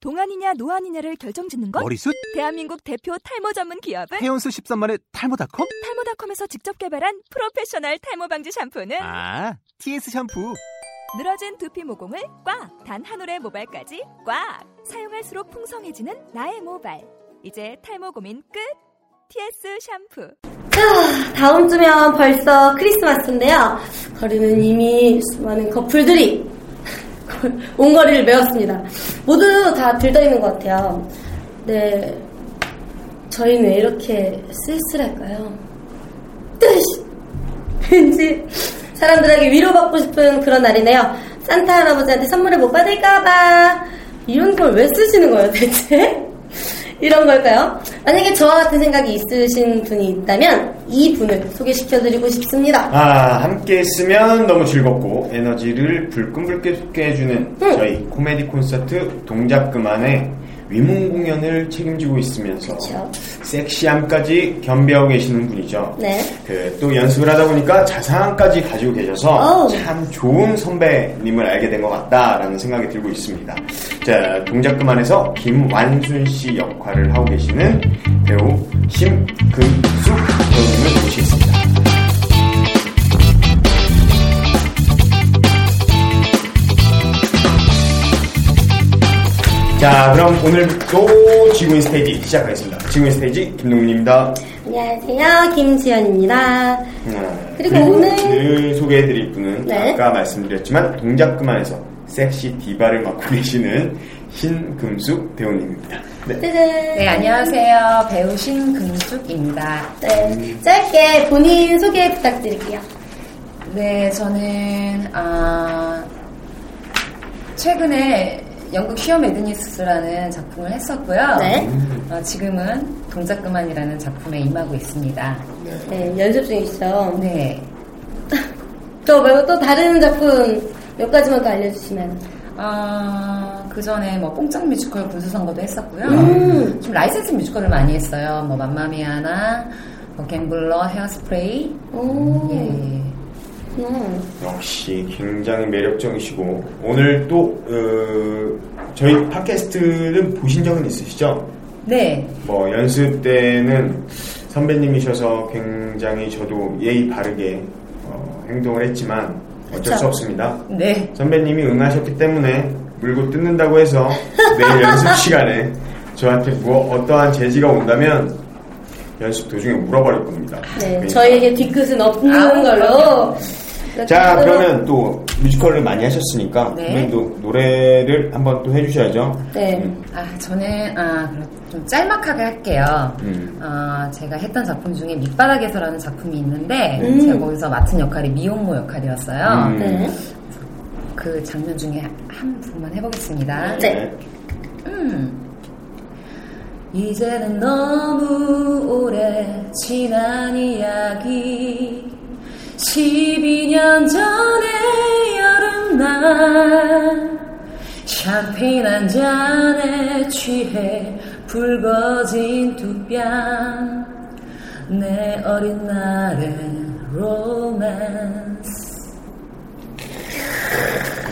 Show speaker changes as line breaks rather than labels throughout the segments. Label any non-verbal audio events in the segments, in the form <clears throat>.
동안이냐 노안이냐를 결정짓는 건
머리숱?
대한민국 대표 탈모 전문 기업은
헤어수 13만의 탈모닷컴?
탈모닷컴에서 직접 개발한 프로페셔널 탈모 방지 샴푸는
아, TS 샴푸.
늘어진 두피 모공을 꽉! 단 한 올의 모발까지 꽉! 사용할수록 풍성해지는 나의 모발. 이제 탈모 고민 끝! TS 샴푸.
다음 주면 벌써 크리스마스인데요. 거리는 이미 수많은 커플들이 <laughs> 온 거리를 메웠습니다. 모두 다 들떠있는 것 같아요. 네. 저희는 왜 이렇게 쓸쓸할까요? 뜨시! 왠지 사람들에게 위로받고 싶은 그런 날이네요. 산타 할아버지한테 선물을 못 받을까봐. 이런 걸 왜 쓰시는 거예요, 대체? <laughs> 이런 걸까요? 만약에 저와 같은 생각이 있으신 분이 있다면 이 분을 소개시켜드리고 싶습니다.
아, 함께 있으면 너무 즐겁고 에너지를 불끈불끈하게 해주는 저희 코미디 콘서트 동작 그만의 위문 공연을 책임지고 있으면서
그쵸.
섹시함까지 겸비하고 계시는 분이죠.
그렇죠. 네.
그, 또 연습을 하다 보니까 자상함까지 가지고 계셔서
어우.
참 좋은 선배님을 알게 된 것 같다라는 생각이 들고 있습니다. 자, 동작 그만에서 김완순 씨 역할을 하고 계시는 배우 심금숙 배우님을 모시겠습니다. 자, 그럼 오늘도 지구인 스테이지 시작하겠습니다. 지구인 스테이지 김동민입니다.
안녕하세요. 김지연입니다.
네.
그리고 오늘-
늘 소개해드릴 분은
네.
아까 말씀드렸지만 동작 그만에서 섹시 디바를 맡고 계시는 신금숙 배우님입니다. 네.
짜잔.
네, 안녕하세요. 배우 신금숙입니다.
네. 짧게 본인 소개 부탁드릴게요.
네, 저는, 아, 최근에 영국 슈어 매드니스라는 작품을 했었고요.
네.
어, 지금은 동작 그만이라는 작품에 임하고 있습니다.
네, 연습 중이시죠.
네.
저 말고 또 다른 작품 몇 가지만 더 알려주시면.
아, 그 전에 뭐 뽕짝 뮤지컬 군수선거도 했었고요.
음.
좀 라이센스 뮤지컬을 많이 했어요. 뭐 맘마미아나, 뭐 갬블러, 헤어스프레이.
오.
예.
그렇구나.
역시 굉장히 매력적이시고 오늘 또 어, 저희 팟캐스트는 보신 적은 있으시죠?
네.
뭐 연습 때는 선배님이셔서 굉장히 저도 예의 바르게 어, 행동을 했지만 어쩔
그쵸.
수 없습니다.
네.
선배님이 응하셨기 때문에 물고 뜯는다고 해서
<laughs>
내일 연습 시간에 저한테 뭐 어떠한 제지가 온다면 연습 도중에 물어버릴 겁니다.
네,
그러니까.
저에게 뒤끝은 없는
아우,
걸로. 이렇게
자
하도록-
그러면 또 뮤지컬을 많이 하셨으니까
네.
그러면 또 노래를 한번 또 해주셔야죠.
네.
음,
아, 저는 아, 그럼 좀 짤막하게 할게요.
음.
아, 제가 했던 작품 중에 밑바닥에서라는 작품이 있는데
음.
제가 거기서 맡은 역할이 미혼모 역할이었어요.
음.
네.
그 장면 중에 한 부분만 해보겠습니다.
네.
음. 이제는 너무 오래 지난 이야기 12년 전의 여름날 샴페인 한 잔에 취해 붉어진 두뺨 내 어린 날의 로맨스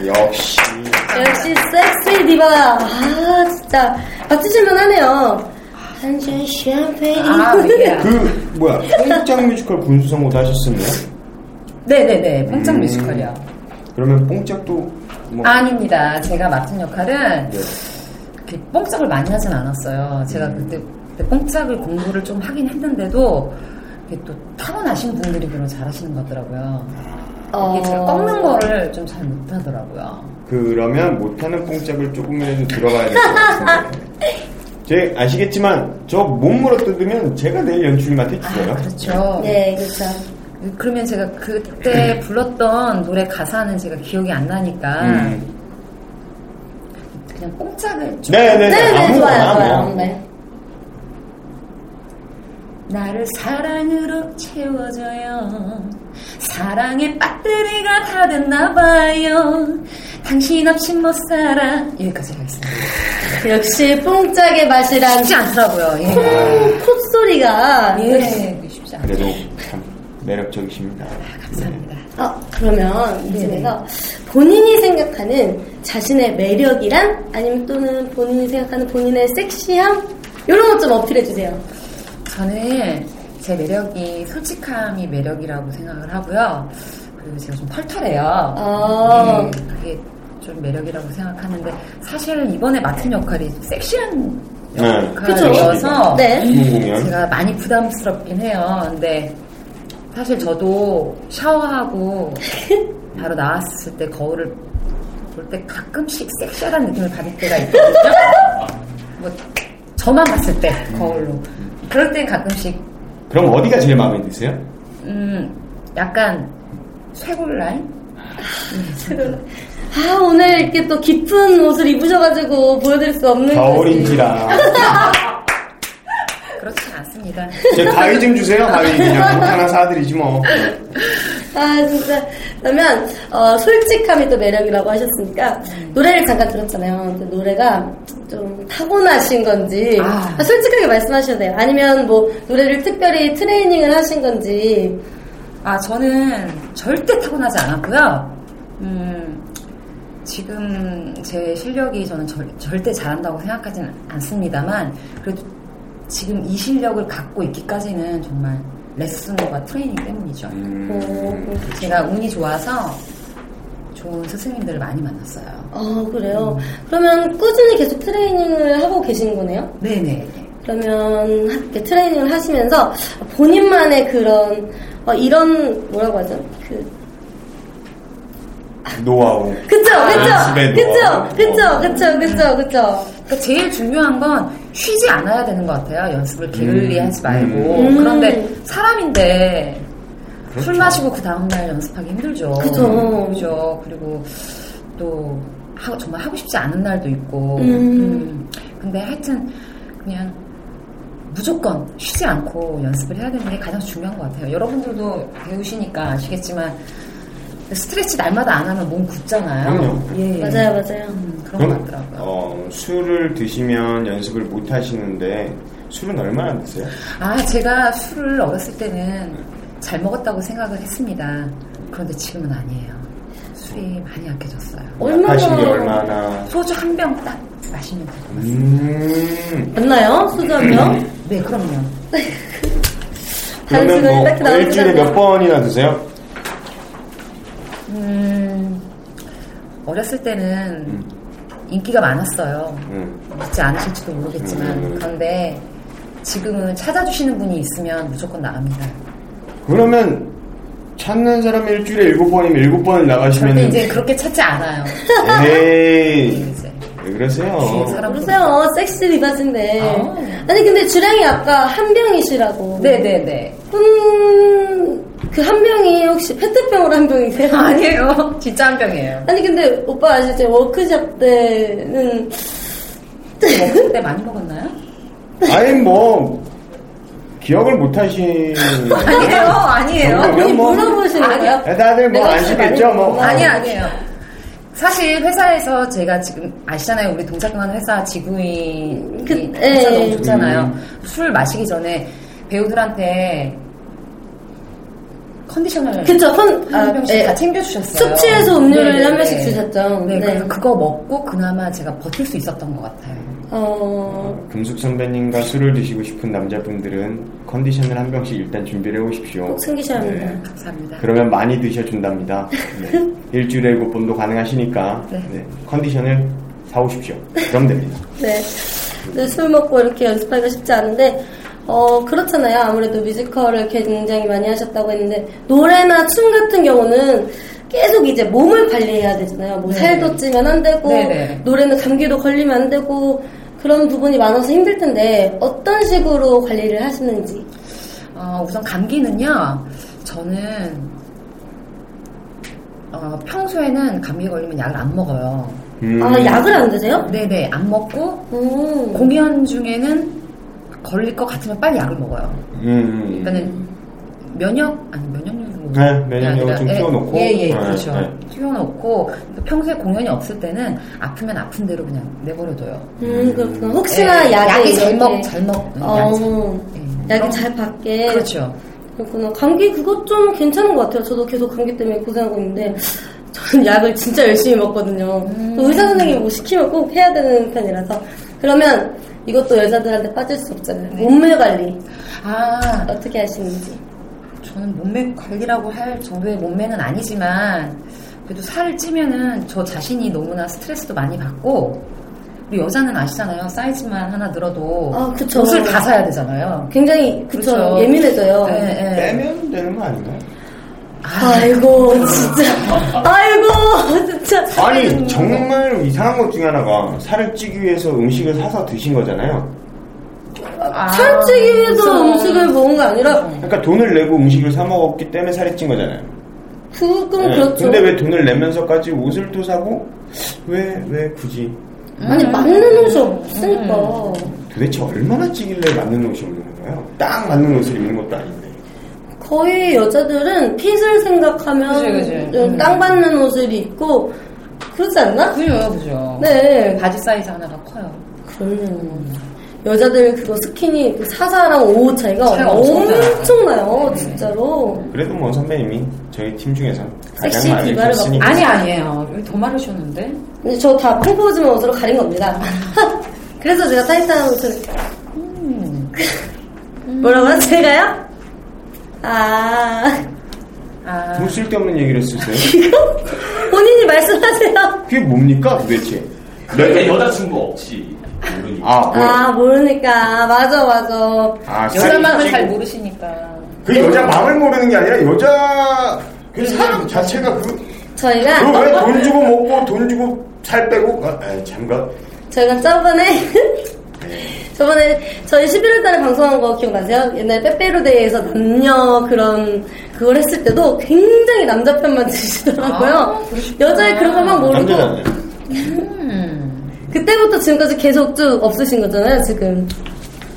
역시
역시 섹시 디바. 아, 진짜. 맞추실만 하네요. 한잔 샴페인.
아,
예. <laughs>
그
네.
뭐야 뽕짝 뮤지컬 군수성고도 하셨었네요.
<laughs> 네네네 뽕짝
음.
뮤지컬이요
그러면 뽕짝도 뭐
아닙니다. 제가 맡은 역할은
네.
이렇게 뽕짝을 많이 하진 않았어요. 제가
음.
그때, 그때 뽕짝을 공부를 좀 하긴 했는데도 이게 또 타고나신 분들이 그걸 잘하시는 것 같더라고요.
어.
이게 제가 꺾는 거를 좀 잘 못하더라고요.
그러면 못하는 뽕짝을 조금이라도 들어가야 될 것 같은데. 제 아시겠지만 저 못 물어 뜯으면 제가 내일 연출 맡아
아,
주세요.
그렇죠.
네, 그렇죠.
그러면 제가
<clears throat>
그때 불렀던 노래 가사는 제가 기억이 안 나니까
음.
그냥 뽕짝을 좀
네, 네,
네,
네.
네, 좋아요,
아무거나
좋아요.
뭐.
네.
나를 사랑으로 채워줘요. 사랑의 배터리가 다 됐나봐요. 당신 없이 못 살아. 여기까지 하겠습니다.
역시 뽕짝의 맛이란
쉽지 않더라고요. 예.
콩 콧소리가.
예. 쉽지 않아요.
그래도 참 매력적이십니다.
감사합니다. 네.
아, 그러면 어, 이쯤에서 본인이 생각하는 자신의 매력이랑 아니면 또는 본인이 생각하는 본인의 섹시함 이런 것 좀 어필해 주세요.
저는 제 매력이 솔직함이 매력이라고 생각을 하고요. 그리고 제가 좀 털털해요.
아.
네, 그게 좀 매력이라고 생각하는데 사실 이번에 맡은 역할이 섹시한
네.
그렇죠.
역할이어서
네.
음, 공연.
제가 많이 부담스럽긴 해요. 근데 사실 저도 샤워하고 바로 나왔을 때 거울을 볼 때 가끔씩 섹시하다는 느낌을 받을 때가 있거든요. 뭐 저만 봤을 때 거울로 그럴 땐 가끔씩
그럼 어디가 제일 마음에 드세요?
음 약간 쇄골 라인
아 오늘 이렇게 또 깊은 옷을 입으셔가지고 보여드릴 수 없는 것이.
겨울인지라.
그렇지 않습니다.
<laughs> 제 가위 좀 주세요. 가위 그냥 하나 사드리지 뭐.
아 진짜 그러면 어, 솔직함이 또 매력이라고 하셨으니까 노래를 잠깐 들었잖아요. 근데 노래가 좀 타고나신 건지
아.
아, 솔직하게 말씀하셔야 돼요. 아니면 뭐 노래를 특별히 트레이닝을 하신 건지
아, 저는 절대 타고나지 않았고요. 음, 지금 제 실력이 저는 절, 절대 잘한다고 생각하지는 않습니다만, 그래도 지금 이 실력을 갖고 있기까지는 정말 레슨과 트레이닝 때문이죠.
어,
제가 운이 좋아서 좋은 스승님들을 많이 만났어요.
아 그래요. 그러면 꾸준히 계속 트레이닝을 하고 계신 거네요.
네네.
그러면 하- 이렇게 트레이닝을 하시면서 본인만의 그런 어, 이런 뭐라고 하죠? 그
노하우.
그쵸,
연습의 노하우.
그쵸, 그쵸, 그쵸, 그쵸, 그쵸, 그쵸.
그러니까 제일 중요한 건 쉬지 않아야 되는 것 같아요. 연습을 게을리 하지 말고.
음.
그런데 사람인데 술
그렇죠.
마시고 그 다음날 연습하기 힘들죠.
그죠.
그죠. 그리고 또 하- 정말 하고 싶지 않은 날도 있고.
음.
음. 근데 하여튼 그냥 무조건 쉬지 않고 연습을 해야 되는 게 가장 중요한 것 같아요. 여러분들도 배우시니까 아시겠지만 스트레치 날마다 안 하면 몸 굳잖아요.
그럼요.
예.
맞아요, 맞아요.
음, 그런
그럼
것 같더라고요.
어, 술을 드시면 연습을 못 하시는데 술은 얼마나 드세요?
아, 제가 술을 어렸을 때는 잘 먹었다고 생각을 했습니다. 그런데 지금은 아니에요. 술이 많이 약해졌어요.
얼마나
하신 게 얼마나?
소주 한 병 딱 마시면 돼요.
음.
맞나요? 소주 한 <clears throat> 병?
네, 그럼요.
그러면
단순하게 딱히
뭐
나오지
일주일에
않아요.
몇 번이나 드세요?
음, 어렸을 때는 인기가 많았어요.
음.
믿지 않으실지도 모르겠지만.
음.
그런데 지금은 찾아주시는 분이 있으면 무조건 나갑니다.
그러면 찾는 사람이 일주일에 일곱 번이면 일곱 번을 나가시면
그런데 이제 그렇게 찾지 않아요. 네,
에이
이제.
왜 그러세요?
뒤에 사람
모르세요, 섹시 리바신데.
아.
아니, 근데 주량이 아까 한 병이시라고.
네네네.
음, 그 한 병이 혹시 페트병으로 한 병이세요?
아니에요. 진짜 한 <laughs> 병이에요.
아니, 근데 오빠 아시죠? 워크샵 때는.
먹을 때 많이 먹었나요?
아니 뭐 기억을 못 하시는
아니에요, 아니에요.
그러면
아니,
뭐-
물어보시는
아니요. 네.
거예요?
다들 뭐
내가 혹시
아시겠죠
많이
뭐
아니, 아니에요. 사실 회사에서 제가 지금 아시잖아요. 우리 동작금하는 회사 지구인
그-
회사
예.
너무 좋잖아요. 술 마시기 전에 배우들한테 컨디션을
그쵸, 컨,
한 병씩
예.
다 챙겨주셨어요.
숙취해소 음료를
네네네.
한 병씩 주셨죠?
네,
네.
그래서 그거 먹고 그나마 제가 버틸 수 있었던 것 같아요.
어,
금숙 선배님과 술을 드시고 싶은 남자분들은 컨디션을 한 병씩 일단 준비를 해오십시오
꼭 챙기셔야 합니다.
네.
감사합니다.
그러면 많이 드셔준답니다 네.
<laughs>
일주일에 일곱 번도 가능하시니까
네.
네. 컨디션을 사오십시오 그럼 됩니다
네. 근데 술 먹고 이렇게 연습하기가 쉽지 않은데, 어, 그렇잖아요. 아무래도 뮤지컬을 굉장히 많이 하셨다고 했는데, 노래나 춤 같은 경우는 계속 이제 몸을 관리해야 되잖아요. 뭐
네.
살도 찌면 안 되고,
네네.
노래는 감기도 걸리면 안 되고, 그런 부분이 많아서 힘들 텐데, 어떤 식으로 관리를 하시는지.
어, 우선 감기는요, 저는 어, 평소에는 감기 걸리면 약을 안 먹어요.
음.
아, 약을 안 드세요?
네네, 안 먹고
음.
공연 중에는 걸릴 것 같으면 빨리 약을 먹어요.
음, 음.
그러니까는 면역, 아니 면역력은
네, 면역력을 좀 키워놓고.
예, 예,
네,
그렇죠.
네.
키워놓고 그러니까 평소에 공연이 없을 때는 아프면 아픈 대로 그냥 내버려둬요.
음, 그렇구나. 혹시나
예,
약에
약이 잘
이렇게-
먹, 잘 먹, 네, 약이 잘-
어,
예.
약이 잘 받게.
그렇죠.
그렇구나. 감기 그것 좀 괜찮은 것 같아요. 저도 계속 감기 때문에 고생하고 있는데 <laughs> 저는 약을 진짜 열심히 먹거든요.
음.
또 의사 선생님이 뭐 시키면 꼭 해야 되는 편이라서. 그러면 이것도 여자들한테 빠질 수 없잖아요.
네.
몸매 관리
아,
어떻게 하시는지.
저는 몸매 관리라고 할 정도의 몸매는 아니지만 그래도 살을 찌면은 저 자신이 너무나 스트레스도 많이 받고 우리 여자는 아시잖아요 사이즈만 하나 늘어도
아, 그쵸.
옷을 다 사야 되잖아요.
굉장히 그쵸
그렇죠.
예민해져요.
네, 네.
빼면 되는 거 아닌가요?
아이고 진짜 아이고 진짜
아니 정말 이상한 것 중에 하나가 살을 찌기 위해서 음식을 사서 드신 거잖아요.
아,
살찌기 위해서
그래서
음식을 먹은 게 아니라
그러니까 돈을 내고 음식을 사 먹었기 때문에 살이 찐 거잖아요.
어,
그건
네.
그렇죠.
근데 왜 돈을 내면서까지 옷을 또 사고 왜 왜 굳이
아니
음.
맞는 옷이 없으니까
도대체 얼마나 찌길래 맞는 옷이 없는 거예요? 딱 맞는 옷을 입는 것도 아닌데.
거의 여자들은 핏을 생각하면
그치, 그치.
좀 땅 받는 옷을 입고 그렇지 않나?
그죠 그죠.
네
바지 사이즈 하나가 커요.
그럼요. 여자들 그거 스키니 그 사사랑 오호 차이가
차이 엄청나요. 네.
엄청나요 진짜로.
그래도 뭐 선배님이 저희 팀 중에서
섹시
가장 많이
디바를
줬으니까.
아니 아니에요. 여기 더 마르셨는데.
근데 저 다 프로포즈 옷으로 가린 겁니다. <laughs> 그래서 제가 타이트한 옷을.
음.
<laughs> 뭐라고요? 제가요?
음.
아.
아,
뭐 쓸데없는 얘기를 쓰세요?
본인이 말씀하세요.
그게 뭡니까 도대체? 네.
그러니까 여자친구 없이 모르니까.
아 뭐야?
아, 모르니까. 맞아, 맞아.
아, 살이
여자만을 잘
찌고.
모르시니까.
그 여자 마음을 모르는 게 아니라 여자 그 사람 자체가 그
저희가,
왜 돈 주고 먹고 돈 주고 살 빼고 아, 에이, 잠깐
저희가 저번에, <laughs> 저번에 저희 11월 달에 방송한 거 기억나세요? 옛날에 빼빼로데이에서 남녀 그런, 그걸 했을 때도 굉장히 남자 편만 드시더라고요.
아, 그러시구나.
여자의 그런 것만 모르고.
남자잖아요.
그때부터 지금까지 계속 쭉 없으신 거잖아요, 지금.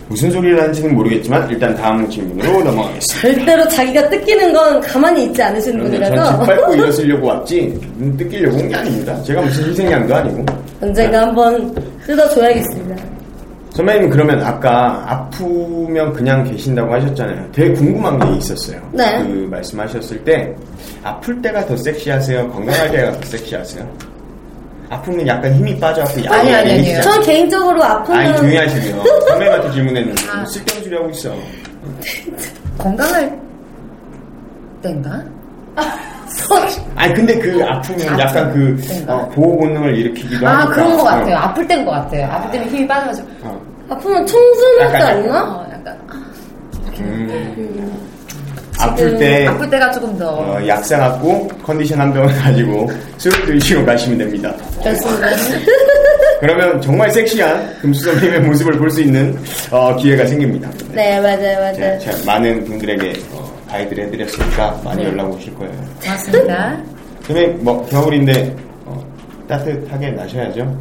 무슨 소리를 하는지는 모르겠지만 일단 다음 질문으로 넘어가겠습니다.
절대로 자기가 뜯기는 건 가만히 있지 않으신
그런데 전
<laughs> 분이라서.
짓밟고 일어서려고 왔지 눈 뜯기려고 온 게 아닙니다. 제가 무슨 희생양도 아니고.
언젠가 한번 뜯어줘야겠습니다.
선배님 그러면 아까 아프면 그냥 계신다고 하셨잖아요. 되게 궁금한 게 있었어요.
네.
그 말씀하셨을 때 아플 때가 더 섹시하세요? 건강할 때가 더 섹시하세요? 아프면 약간 힘이 빠져갖고 야이
아니, 아니,
야이
아니에요.
힘이
전 개인적으로 아픈
아니
건
조용히 하시고요.
<laughs>
선배님한테 질문했는데
아.
좀 쓸데없는 소리 하고 있어.
건강할 땐가?
아니 근데 그 아프면 약간 그
그러니까.
어, 보호 본능을 일으키기도
아
하니까.
그런 것 같아요.
어,
아플 땐 것 같아요. 아플 때면 힘이 빠져가지고
어.
아프면 청소는 것도
약간
아니나?
어, 약간
음. 아플 때
아플 때가 조금 더
네. 어, 약 사갖고 컨디션 한 병을 가지고 술 드시고 가시면 됩니다.
그렇습니다.
그러면 정말 섹시한 금수선님의 모습을 볼 수 있는 어, 기회가 생깁니다.
네 맞아요
제가,
맞아요.
제가 많은 분들에게 어, 가이드를 해드렸으니까
네.
많이 연락 오실 거예요.
고맙습니다.
선생님 뭐 겨울인데 어, 따뜻하게 나셔야죠.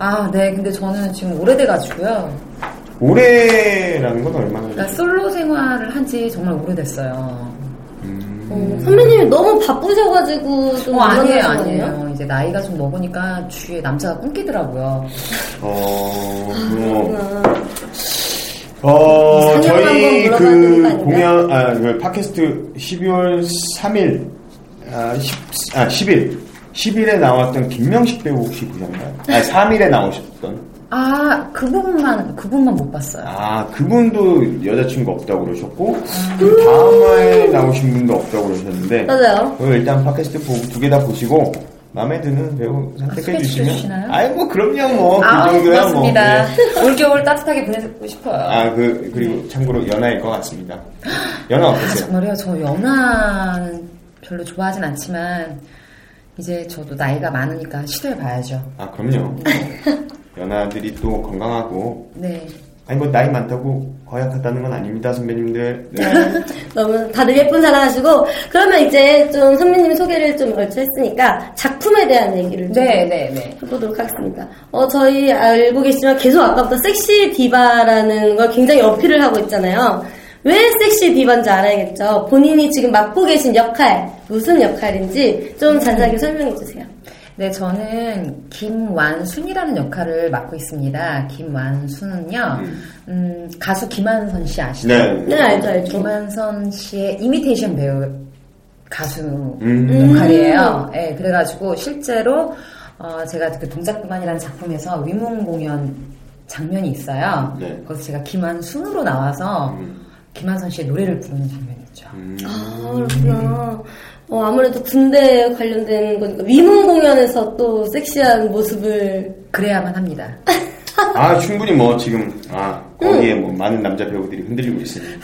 아 네, 근데 저는 지금 오래돼가지고요.
올해라는 건 얼마나?
나 솔로 생활을 한 지 정말 오래됐어요.
음, 선배님이 너무 바쁘셔가지고 좀
어, 아니에요,
불안하신 거 아니에요?
아니에요. 이제 나이가 좀 먹으니까 주위에 남자가 꿈기더라고요.
어, 뭐,
그렇구나.
어,
상영
저희
한번 물어봐야
그
되는 거 아닌가?
공연, 아, 그 팟캐스트 12월 3일, 아, 10, 아, 10일, 10일에 나왔던 김명식 배우 혹시 보셨나요? 아, 3일에 나오셨던.
아, 그 부분만, 그 부분만 못 봤어요.
아, 그분도 여자친구 없다고 그러셨고, 그 다음에 나오신 분도 없다고 그러셨는데,
맞아요.
그럼 일단 팟캐스트 두 개 다 보시고, 마음에 드는 배우 선택해
아,
소개시켜
주시면.
주시나요?
아이고, 그럼요, 뭐. 그
아우,
정도야,
고맙습니다.
뭐. 네.
<laughs> 올겨울 따뜻하게 보내고 싶어요.
아, 그, 그리고 참고로 연하일 것 같습니다. 연하
아,
어떠세요?
정말요. 저 연하는 별로 좋아하진 않지만 이제 저도 나이가 많으니까 시도해 봐야죠.
아, 그럼요. 연하들이 또 건강하고,
네.
아니, 뭐, 나이 많다고 거약하다는 건 아닙니다, 선배님들. 네.
너무 다들 예쁜 사랑하시고 그러면 이제 좀 선배님 소개를 좀 얼추 했으니까 작품에 대한 얘기를 좀
네, 네, 네.
해보도록 하겠습니다. 어, 저희 알고 계시지만 계속 아까부터 섹시 디바라는 걸 굉장히 어필을 하고 있잖아요. 왜 섹시 디바인지 알아야겠죠. 본인이 지금 맡고 계신 역할, 무슨 역할인지 좀 자세하게 설명해 주세요.
네, 저는 김완순이라는 역할을 맡고 있습니다. 김완순은요, 음, 가수 김한선 씨 아시죠?
네.
네, 알죠, 알죠.
김한선 씨의 이미테이션 배우 가수
음.
역할이에요. 예, 그래가지고 실제로 어, 제가 그 동작 그만이라는 작품에서 위문 공연 장면이 있어요.
네.
거기서 제가 김한순으로 나와서
음.
김한선 씨의 노래를 부르는 장면이 있죠.
아, 그렇구나. 어, 아무래도 군대 관련된 거니까 위문 공연에서 또 섹시한 모습을
그래야만 합니다.
아 충분히 뭐 지금 아 거기에 뭐 많은 남자 배우들이 흔들리고 있습니다.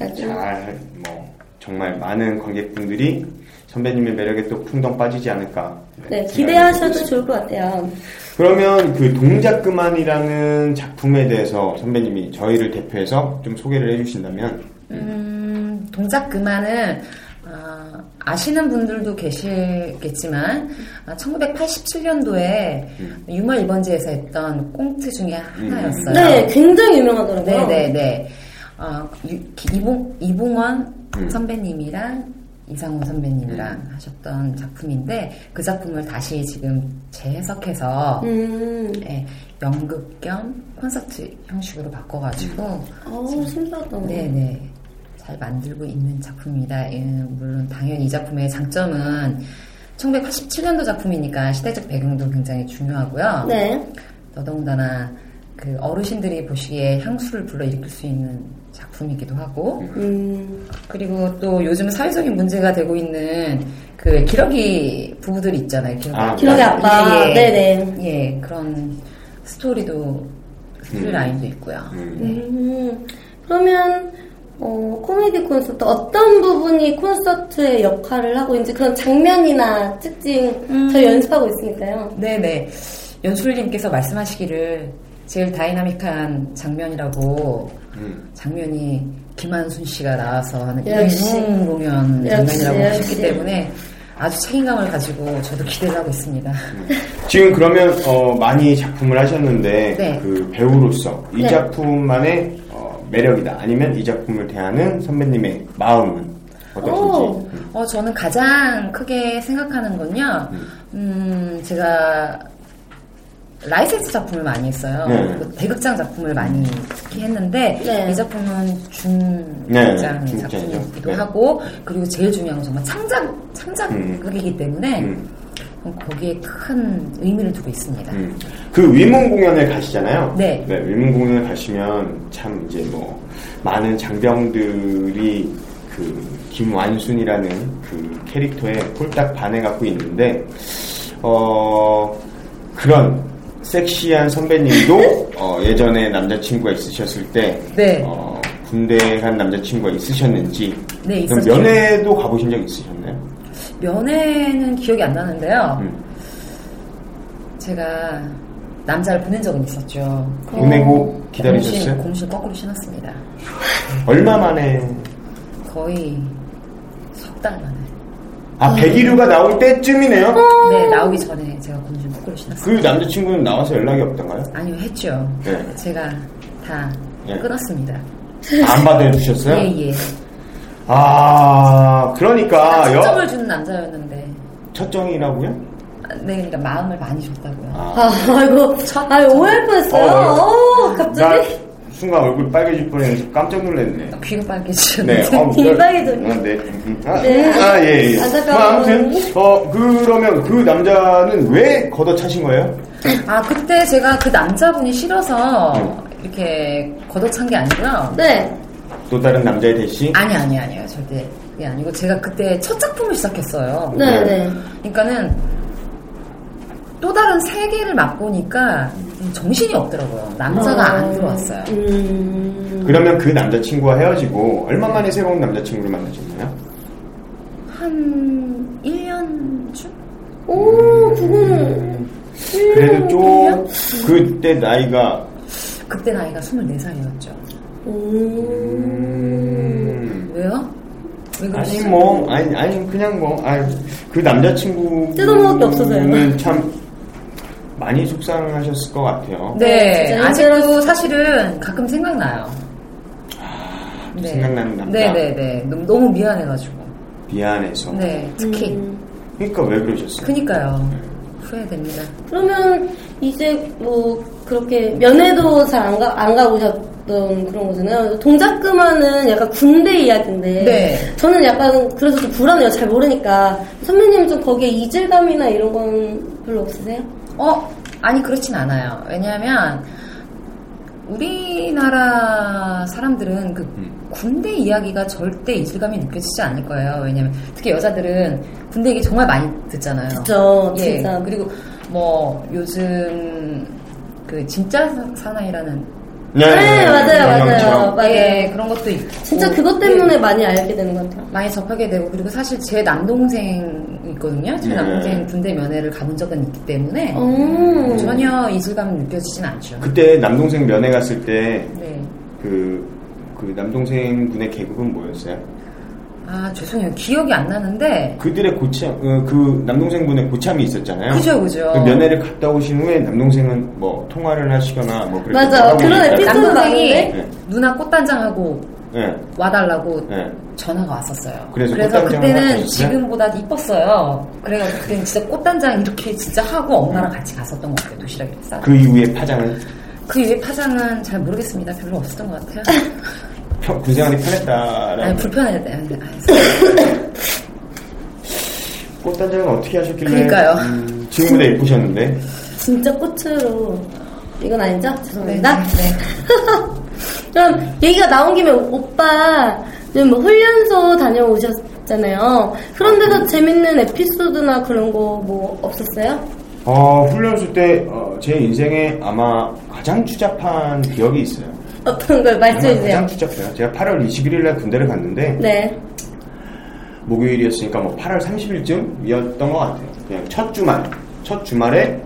네.
아주
잘뭐 정말 많은 관객분들이 선배님의 매력에 또 풍덩 빠지지 않을까.
네,
생각이
기대하셔도
들었습니다.
좋을 것 같아요.
그러면 그 동작 그만이라는 작품에 대해서 선배님이 저희를 대표해서 좀 소개를 해주신다면
음, 동작 그만은 아, 아시는 분들도 계시겠지만 1987년도에 유머 1번지에서 했던 꽁트 중에 하나였어요.
네, 굉장히 유명하더라고요.
네네네. 어, 유- 기- 이봉, 이봉원 선배님이랑 이상호 선배님이랑 하셨던 작품인데 그 작품을 다시 지금 재해석해서
음,
예, 연극 겸 콘서트 형식으로 바꿔가지고
어우, 신기하다.
네네 잘 만들고 있는 작품입니다. 예, 물론 당연히 이 작품의 장점은 1987년도 작품이니까 시대적 배경도 굉장히 중요하고요.
네.
더더군다나 그 어르신들이 보시기에 향수를 불러일으킬 수 있는 작품이기도 하고
음,
그리고 또 요즘 사회적인 문제가 되고 있는 그 기러기 부부들 있잖아요. 기러기,
아,
기러기 아빠.
예,
네네.
예, 그런 스토리도 스토리 라인도 있고요.
음, 그러면 어, 코미디 콘서트 어떤 부분이 콘서트의 역할을 하고 있는지 그런 장면이나 특징 저희 연습하고 있으니까요.
네네. 연출님께서 말씀하시기를 제일 다이나믹한 장면이라고
음.
장면이 김한순 씨가 나와서 하는
역시.
일본 공연
역시,
장면이라고
역시.
하셨기 때문에 아주 책임감을 가지고 저도 기대를 하고 있습니다.
지금 그러면 어, 많이 작품을 하셨는데
네.
그 배우로서 이
네.
작품만의 어, 매력이다 아니면 이 작품을 대하는 선배님의 마음은
오.
어떠신지
어, 저는 가장 크게 생각하는 건요, 음, 제가 라이센스 작품을 많이 했어요.
네.
그리고 대극장 작품을 많이 특히 했는데,
네.
이 작품은
네,
중극장
중극장이죠.
작품이기도
네.
하고, 그리고 제일 중요한 건 정말 창작, 창작극이기 때문에,
음.
거기에 큰 의미를 두고 있습니다.
음. 그 위문 공연을 가시잖아요.
네.
위문 공연을 가시면 참 이제 뭐 많은 장병들이 그 김완순이라는 그 캐릭터에 홀딱 반해 갖고 있는데 어 그런 섹시한
<laughs>
선배님도 어, 예전에 남자친구가 있으셨을 때
네.
어, 군대 간 남자친구가 있으셨는지
네,
그럼
있었죠.
면회도 가보신 적 있으셨나요?
면회는 기억이 안 나는데요,
음.
제가 남자를 보낸 적은 있었죠.
보내고 그 기다리셨어요?
공실, 공실 거꾸로 신었습니다.
얼마 만에
거의 석 달 만에.
아 백일우가 나올 때쯤이네요.
네, 나오기 전에 제가 공실 거꾸로 신었어요.
그 남자친구는 나와서 연락이 없던가요?
<laughs>
아니요, 했죠.
네.
제가 다
예.
끊었습니다.
안 받아주셨어요?
예, 예.
아, 그러니까
초점을
여,
주는 남자였는데.
첫정이라고요?
아, 네, 그러니까 마음을 많이 줬다고요.
아,
아, 아이고, 아, 오해할 뻔했어요.
어,
어,
나
갑자기
순간 얼굴 빨개질 뻔해서 깜짝 놀랐네.
귀가
네,
빨개지셨는데.
어,
이 빨개져.
아, 네. 음, 아,
네.
아, 예, 예.
안타까워요.
뭐, 아무튼, 어, 그러면 그 남자는 왜 걷어차신 거예요?
아, 그때 제가 그 남자분이 싫어서
음.
이렇게 걷어찬 게 아니고요.
네.
또 다른 남자에 대시?
아니, 아니, 아니에요. 절대. 그게 아니고 제가 그때 첫 작품을 시작했어요.
네, 네.
그러니까는 또 다른 세계를 맛보니까 정신이 없더라고요. 남자가 안 들어왔어요.
음,
그러면 그 남자친구와 헤어지고, 얼마 만에 새로운 남자친구를 만나셨나요?
한 1년쯤?
오, 그거는. 음.
그래도 좀, 그때 나이가,
그때 나이가 24살이었죠.
음,
음,
왜요? 왜
아니
그러시죠?
뭐 아니 아니 그냥 뭐아그 남자친구
뜯어먹을 게 없어서요.
참 많이 속상하셨을 것 같아요.
네,
진짜
아직도 사실은 가끔 생각나요. 네.
아, 생각나는 남자.
네네네. 너무, 너무 미안해가지고.
미안해서.
네, 특히.
음.
그러니까 왜 그러셨어요?
그니까요. 후회됩니다.
그러면 이제 뭐 그렇게 면회도 잘 안 가, 안 가보셨, 어떤 그런 거잖아요. 동작 그만은 약간 군대 이야기인데
네.
저는 약간 그래서 좀 불안해요. 잘 모르니까 선배님은 좀 거기에 이질감이나 이런 건 별로 없으세요?
어, 아니, 그렇진 않아요. 왜냐하면, 우리나라 사람들은 그 군대 이야기가 절대 이질감이 느껴지지 않을 거예요. 왜냐면, 특히 여자들은 군대 얘기 정말 많이 듣잖아요.
진짜 진짜
예, 그리고 뭐, 요즘, 그, 진짜 사- 사나이라는.
네,
네, 맞아요, 맞아요. 맞아요.
예, 그런 것도 있고.
진짜 그것
예.
때문에 많이 알게 되는 것 같아요.
많이 접하게 되고 그리고 사실 제 남동생 있거든요. 제
네.
남동생 군대 면회를 가본 적은 있기 때문에
음.
전혀 이질감이 느껴지진 않죠.
그때 남동생 면회 갔을 때
네.
그, 그 남동생 분의 계급은 뭐였어요?
아 죄송해요. 기억이 안 나는데
그들의 고참, 어, 그 남동생 분의 고참이 있었잖아요.
그죠 그죠.
그 면회를 갔다 오신 후에 남동생은 뭐 통화를 하시거나 뭐 그렇게
맞아,
하고
그런
있다.
에피소드.
남동생이
네.
누나 꽃단장하고
네,
와달라고
네.
전화가 왔었어요.
그래서 꽃단장을 갖고
그때는
오셨어요?
지금보다 이뻤어요. 그래서 그때는 진짜 꽃단장 이렇게 진짜 하고 엄마랑 같이 갔었던 것 같아요. 도시락에 싸. 그,
그 이후에 파장은
그 이후에 파장은 잘 모르겠습니다. 별로 없었던 것
<laughs>
같아요.
편- 군생활이 편했다라는
아니 불편해요. 아니, 아니,
꽃단장은 어떻게 하셨길래
그- 그러니까요.
음, 지금보다 예쁘셨는데
진짜 꽃으로 이건 아니죠? 죄송합니다.
네.
<laughs> 그럼 얘기가 나온 김에 오빠 요즘 뭐 훈련소 다녀오셨잖아요. 그런 데서 재밌는 에피소드나 그런 거 뭐 없었어요?
어, 훈련소 때 제 인생에 아마 가장 추잡한 기억이 있어요
어떤 걸
정말
말씀해
가장
주세요.
추잡해요 제가 8월 21일 날 군대를 갔는데
네.
목요일이었으니까 뭐 8월 30일쯤이었던 것 같아요. 그냥 첫 주말, 첫 주말에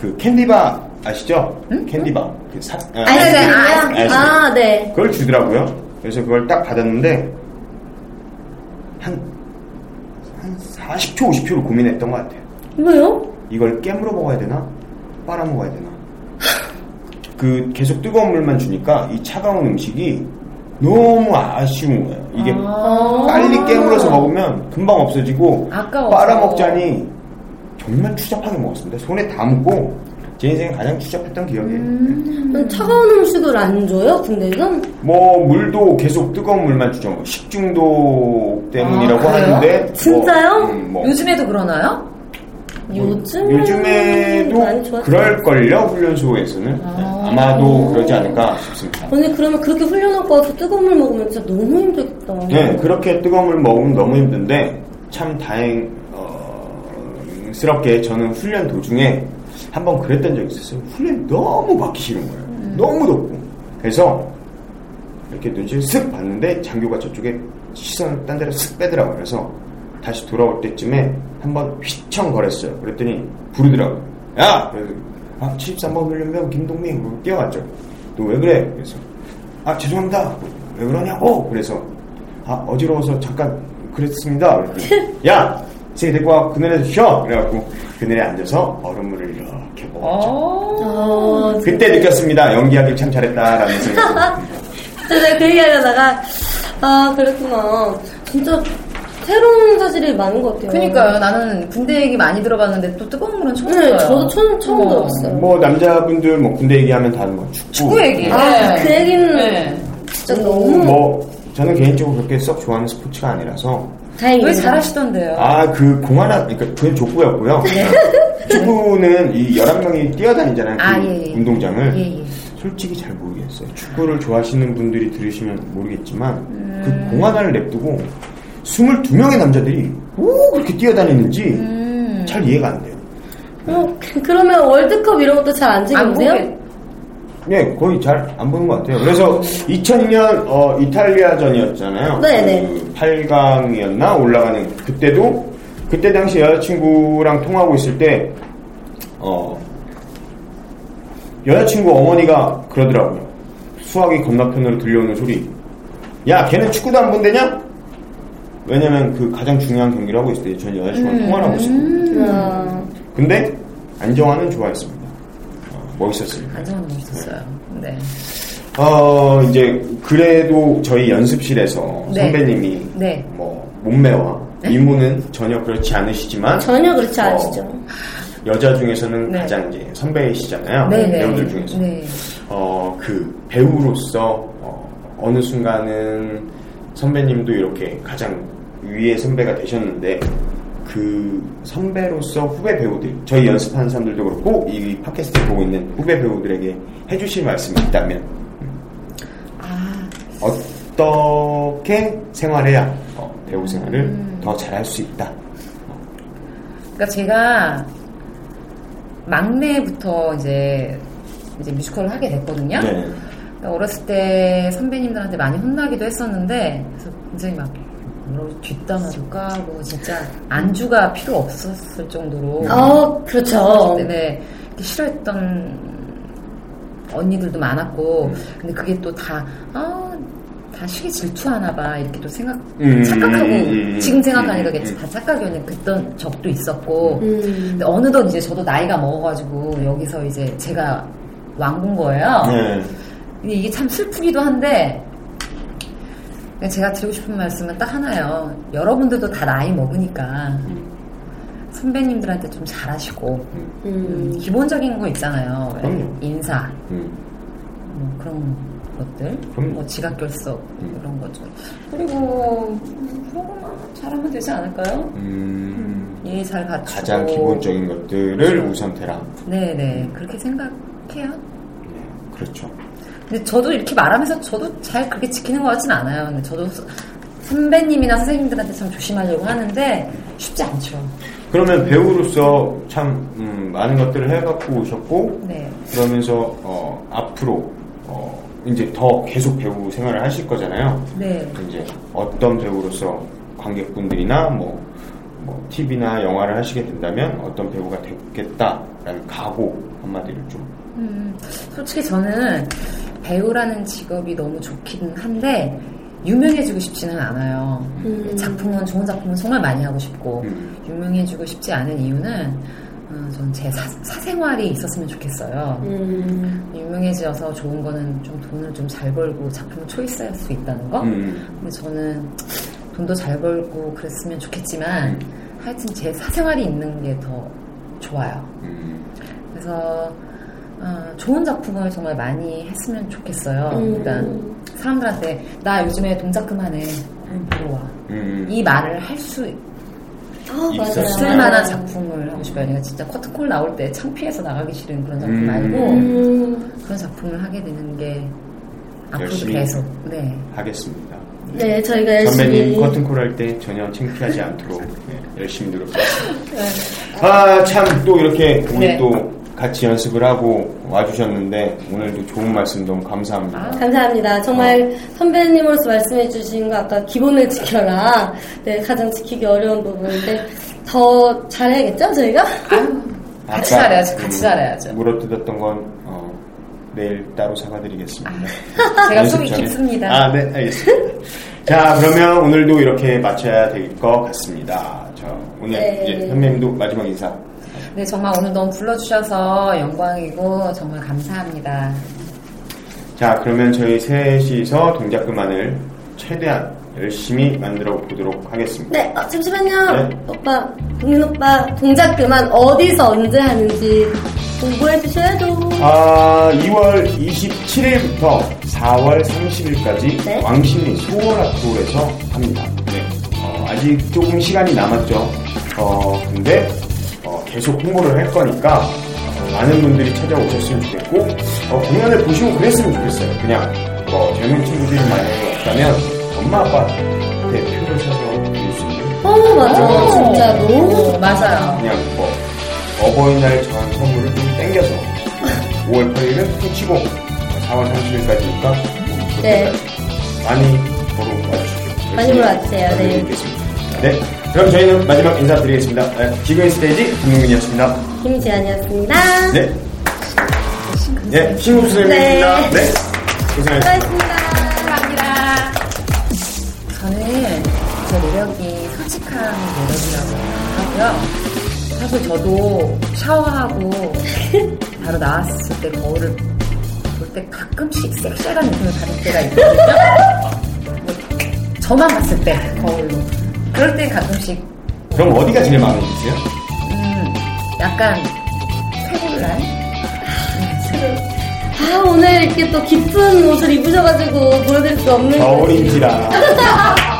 그 캔디바 아시죠? 캔디바. 그 사, 아,
아니, 아니,
아이스크림.
아이스크림이요? 아, 네.
그걸 주더라고요. 그래서 그걸 딱 받았는데 한, 한 40초, 50초를 고민했던 것 같아요.
왜요?
이걸 깨물어 먹어야 되나? 빨아 먹어야 되나? 그 계속 뜨거운 물만 주니까 이 차가운 음식이 너무 아쉬운 거예요. 이게
아.
빨리 깨물어서 먹으면 금방 없어지고
아까워서.
빨아먹자니 정말 추잡하게 먹었습니다. 손에 담고 제 인생에 가장 추잡했던 기억이에요.
음.
차가운 음식을 안 줘요? 군대에서?
뭐 물도 계속 뜨거운 물만 주죠. 뭐 식중독 때문이라고
아, 그래요?
하는데 뭐,
진짜요?
음, 뭐
요즘에도 그러나요?
요즘에 많이
요즘에도
좋아졌어요.
뭐, 그럴걸요 훈련소에서는
아.
아. 마도 그러지 않을까 싶습니다.
언니 그러면 그렇게 훈련하고 와서 뜨거운 물 먹으면 진짜 너무 힘들겠다.
네 그렇게 뜨거운 물 먹으면 너무 힘든데 참 다행 어, 스럽게 저는 훈련 도중에 한번 그랬던 적이 있었어요. 훈련 너무 받기 싫은 거예요. 너무 덥고 그래서 이렇게 눈치를 쓱 봤는데 장교가 저쪽에 시선을 딴 데로 쓱 빼더라고요. 그래서 다시 돌아올 때쯤에 한번 휘청거렸어요. 그랬더니 부르더라고요. 야! 그래서 아, 73번 훈련병 김동민 그러고 뛰어갔죠. 너 왜 그래? 그래서 아, 죄송합니다. 왜 그러냐고! 그래서 아, 어지러워서 잠깐 그랬습니다. 그랬더니 야! 제 데리고 와, 그늘에서 쉬어! 그래갖고 그늘에 앉아서 얼음물을 이렇게 먹었죠.
어.
어,
그때 느꼈습니다. 연기하길 참 잘했다라는 생각이
제가 그 얘기하려다가 아 그랬구나 진짜 새로운 사실이 많은 것 같아요
그니까요. 나는 군대 얘기 많이 들어봤는데 또 뜨거운 물은 처음
네
들어요.
저도 처음, 처음
어.
들어봤어요
뭐 남자분들 뭐 군대 얘기하면 다는 뭐 축구,
축구 얘기.
아,
네.
그 얘기는
네.
진짜 너무
뭐 저는 개인적으로 그렇게 썩 좋아하는 스포츠가 아니라서
왜
다행입니다
잘하시던데요?
아 그 공하나 그러니까 그건 족구였고요.
네.
축구는 이 11명이 뛰어다니잖아요. 그
아, 예, 예.
운동장을.
예, 예.
솔직히 잘 모르겠어요. 축구를 좋아하시는 분들이 들으시면 모르겠지만
음.
그 공하나를 냅두고 22명의 남자들이 오 그렇게 뛰어다니는지
음.
잘 이해가 안 돼요.
어, 그- 그러면 월드컵 이런 것도 잘 안
안
즐기세요?
보게.
네, 거의 잘 안 보는 것 같아요. 그래서 2002년 어, 이탈리아전이었잖아요.
네, 네.
그 8강이었나 올라가는 그때도 그때 당시 여자친구랑 통하고 있을 때 어, 여자친구 어머니가 그러더라고요. 수학이 건너편으로 들려오는 소리. 야, 걔는 축구도 안 본대냐? 왜냐면 그 가장 중요한 경기를 하고 있을 때 저는
음.
여자친구랑 통화를 하고 있었거든요.
아,
근데 안정환은 좋아했습니다. 어, 멋있었어요.
안정환 멋있었어요. 네.
어, 이제, 그래도 저희 연습실에서
네.
선배님이,
네.
뭐, 몸매와 미모는 전혀 그렇지 않으시지만,
전혀 그렇지
어,
않으시죠
여자 중에서는
네.
가장 이제 선배이시잖아요.
네, 네.
배우들 중에서.
네.
어, 그 배우로서 어, 느 순간은 선배님도 이렇게 가장 위의 선배가 되셨는데 그 선배로서 후배 배우들 저희 연습하는 사람들도 그렇고 이 팟캐스트를 보고 있는 후배 배우들에게 해주실 말씀이 있다면
아.
어떻게 생활해야 어, 배우 생활을 더 잘할 수 있다
그러니까 제가 막내부터 이제 이제 뮤지컬을 하게 됐거든요.
네.
그러니까 어렸을 때 선배님들한테 많이 혼나기도 했었는데 그래서 굉장히 막 뭐라고 뒷담화도 까고 진짜 안주가 필요 없었을 정도로
어, 그렇죠.
때문에 네. 이렇게 싫어했던 언니들도
음.
많았고 근데 그게 또 다 아, 다 시기 질투하나 봐 이렇게 또 생각
음,
착각하고
음, 음,
지금
음,
생각하니까
음,
그게
음.
다 착각이었는데 그랬던 적도 있었고
음.
근데 어느덧 이제 저도 나이가 먹어가지고 여기서 이제 제가 왕군 거예요.
네.
근데 이게 참 슬프기도 한데 그냥 제가 드리고 싶은 말씀은 딱 하나예요. 여러분들도 다 나이 먹으니까
음.
선배님들한테 좀 잘하시고 음,
음.
기본적인 거 있잖아요. 왜
그럼요.
인사
음,
뭐 그런 것들,
그럼요.
뭐 지각결석
음.
그런 거죠. 그리고 조금만 잘하면 되지 않을까요?
음,
예의 잘 갖추고
가장 기본적인 것들을 우선 대라
네네 그렇게 생각해요.
네, 그렇죠
근데 저도 이렇게 말하면서 저도 잘 그렇게 지키는 것 같진 않아요. 근데 저도 서- 선배님이나 선생님들한테 참 조심하려고 하는데 쉽지 않죠.
그러면 배우로서 참 음, 많은 것들을 해갖고 오셨고
네.
그러면서 어, 앞으로 어, 이제 더 계속 배우 생활을 하실 거잖아요.
네.
이제 어떤 배우로서 관객분들이나 뭐, 뭐 TV나 영화를 하시게 된다면 어떤 배우가 되겠다라는 각오 한마디를 좀.
음, 솔직히 저는 배우라는 직업이 너무 좋긴 한데 유명해지고 싶지는 않아요.
음.
작품은 좋은 작품은 정말 많이 하고 싶고
음.
유명해지고 싶지 않은 이유는 어, 전제 사생활이 있었으면 좋겠어요.
음.
유명해져서 좋은 거는 좀 돈을 좀 잘 벌고 작품을 초이스할 수 있다는 거.
음.
근데 저는 돈도 잘 벌고 그랬으면 좋겠지만
음,
하여튼 제 사생활이 있는 게 더 좋아요.
음.
그래서 어, 좋은 작품을 정말 많이 했으면 좋겠어요.
음.
일단 사람들한테 나 요즘에 동작 그만해. 음, 들어와.
음.
이 말을 할 수
아,
있었어요.
있을
아.
맞아요.
만한 작품을 하고 싶어요. 내가 진짜 커트콜 나올 때 창피해서 나가기 싫은 그런 작품
음.
말고
음.
그런 작품을 하게 되는 게 앞으로
열심히.
계속 네.
<laughs> 하겠습니다.
네, 저희가 열심히.
선배님 커튼콜 할 때 전혀 창피하지 않도록 네, 열심히 노력하겠습니다. 아, 참 또 이렇게 우리
네.
또 같이 연습을 하고 와주셨는데 오늘도 좋은 말씀 너무 감사합니다.
감사합니다. 정말
어.
선배님으로서 말씀해주신 거 아까 기본을 지켜라. 네, 가장 지키기 어려운 부분인데 더 잘해야겠죠, 저희가?
같이
아까, 그
잘해야지, 같이 잘해야죠.
물어뜯었던 건 어, 내일 따로 사과드리겠습니다.
아, 제가
연습
속이
전에.
깊습니다.
아, 네, 알겠습니다. 자, 그러면 오늘도 이렇게 마쳐야 될 것 같습니다. 저 오늘
네.
예, 선배님도 마지막 인사.
네, 정말 오늘 너무 불러주셔서 영광이고 정말 감사합니다.
자, 그러면 저희 셋이서 동작 그만을 최대한 열심히 만들어 보도록 하겠습니다.
네, 어, 잠시만요.
네.
오빠, 동민 오빠, 동작 그만 어디서 언제 하는지 공부해주셔야죠.
아, 2월 27일부터 4월 30일까지
네.
왕십리 소월아트홀에서 합니다. 네. 어, 아직 조금 시간이 남았죠. 어, 근데 어, 계속 홍보를 할 거니까 어, 많은 분들이 찾아오셨으면 좋겠고 어, 공연을 보시고 그랬으면 좋겠어요. 그냥 뭐 젊은 친구들이 만약에 왔다면 엄마 아빠한테 표를 사서 드릴 수 있는
어, 맞아.
오.
진짜 너무.
어.
오, 네, 맞아요.
그냥 뭐 어버이날 전 선물을 좀 땡겨서 5월 8일은 푸치고 4월 30일까지니까 뭐
네.
많이 보러 와주시고
많이 보러 와주세요. 네.
네 그럼 저희는 마지막 인사드리겠습니다 네, 지금 스테이지 김민민이었습니다
김지연이었습니다.
네 네, 신국 선생님입니다. 네. 고생하셨습니다.
네. 수고하셨습니다.
감사합니다. 저는 제 매력이 솔직한 매력이라고 하고요. 사실 저도 샤워하고 <laughs> 바로 나왔을 때 거울을 볼 때 가끔씩 섹시한 느낌을 받을 때가 있거든요. 뭐 저만 봤을 때 거울로. 그럴 때 가끔씩
그럼 어디가 제일 마음에 드세요?
음, 약간 쾌불날?
아,
아,
오늘 이렇게 또 깊은 옷을 입으셔가지고 보여드릴 수 없는.
겨울인지라.